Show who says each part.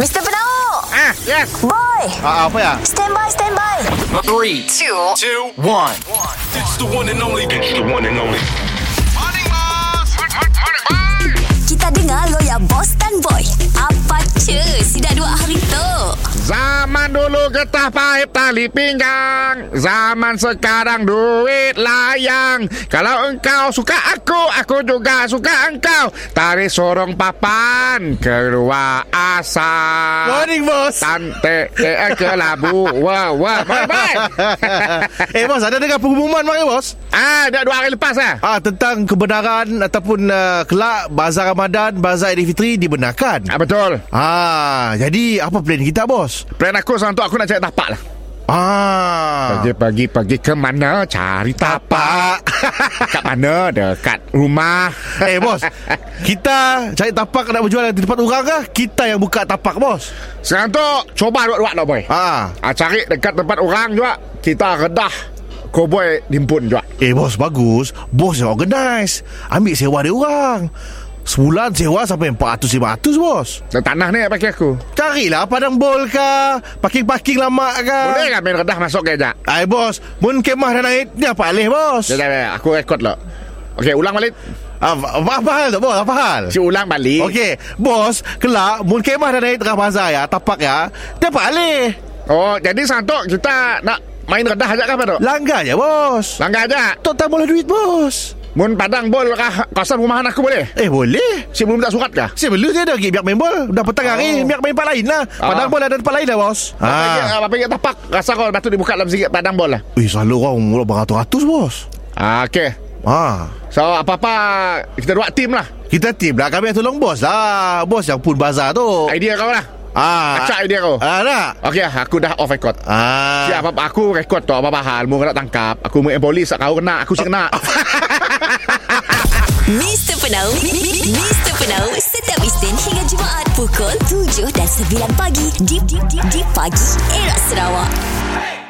Speaker 1: Mr. Penau!
Speaker 2: Ah, yes.
Speaker 1: Boy!
Speaker 2: Ah, apa ya?
Speaker 1: Stand by, stand by!
Speaker 3: Three, two, two, one.
Speaker 4: It's the one and only. It's the one and only.
Speaker 1: Kita dengar lo ya bos dan boy. Apa cuy? Sudah dua hari tu.
Speaker 2: Zaman dulu getah pahit tali pinggang Zaman sekarang duit layang Kalau engkau suka aku, aku juga suka engkau Tarik sorong papan, keluar asap
Speaker 5: Morning bos
Speaker 2: Tante eh, ke labu Wah, wah, bye, bye
Speaker 5: Eh bos ada dengar pengumuman mak eh bos
Speaker 2: Ah, dah dua hari lepas lah
Speaker 5: Ah tentang kebenaran ataupun uh, kelak bazar Ramadan, bazar Aidilfitri dibenarkan.
Speaker 2: ah, Betul
Speaker 5: Ah jadi apa plan kita bos?
Speaker 2: Plan aku sekarang tu aku nak cari tapak lah
Speaker 5: Ah
Speaker 2: Pagi-pagi pergi ke mana cari tapak Kat mana? Dekat rumah
Speaker 5: Eh bos Kita cari tapak nak berjual di tempat orang kah? Kita yang buka tapak bos
Speaker 2: Sekarang tu Cuba dua-dua tau boy ha? ha?
Speaker 5: Ah
Speaker 2: Cari dekat tempat orang juga Kita redah Koboi limpun juga
Speaker 5: Eh bos bagus Bos yang organize Ambil sewa dia orang Sebulan sewa sampai 400-500 bos
Speaker 2: Dan tanah ni pakai aku
Speaker 5: Carilah padang bol kah Parking-parking lama kah
Speaker 2: Boleh tak main redah masuk ke sekejap?
Speaker 5: Hai bos Mun kemah dan air Ni apa alih bos
Speaker 2: Sekejap sekejap, aku rekod lah Okey ulang balik
Speaker 5: ah, apa, apa hal tak bos Apa hal
Speaker 2: Si ulang balik
Speaker 5: Okey Bos Kelak Mun kemah dan air tengah bazar ya Tapak ya Dia apa alih
Speaker 2: Oh jadi sekarang tu kita nak main redah sekejap kan Pak
Speaker 5: Langgar je bos
Speaker 2: Langgar sekejap
Speaker 5: Tok tak boleh duit bos
Speaker 2: Mun padang bol kah kawasan rumahan aku boleh?
Speaker 5: Eh boleh
Speaker 2: Si belum tak surat kah?
Speaker 5: Saya belum dia dah pergi biar main bol Dah petang hari Biar main tempat lain lah
Speaker 2: Ah.
Speaker 5: Padang bol ada tempat lain dah ya? bos
Speaker 2: Ah. Apa yang tapak Rasa kau batu dibuka dalam sikit padang bol lah
Speaker 5: Wih selalu orang mula beratus-ratus bos
Speaker 2: ah, Okey
Speaker 5: Ah,
Speaker 2: So apa-apa Kita buat tim lah
Speaker 5: Kita tim lah Kami yang tolong bos lah Bos yang pun bazar tu
Speaker 2: Idea kau lah
Speaker 5: Oh. Ah,
Speaker 2: Acak idea kau
Speaker 5: Ah nak
Speaker 2: Okey aku dah off record
Speaker 5: Ah.
Speaker 2: Siap apa aku rekod tu apa-apa hal Mu kena tangkap Aku main polis tak kau kena Aku si kena
Speaker 1: Mr. Penau, Mr. Penau, setiap Isnin hingga Jumaat pukul 7 dan 9 pagi di, di, di, di pagi era Sarawak.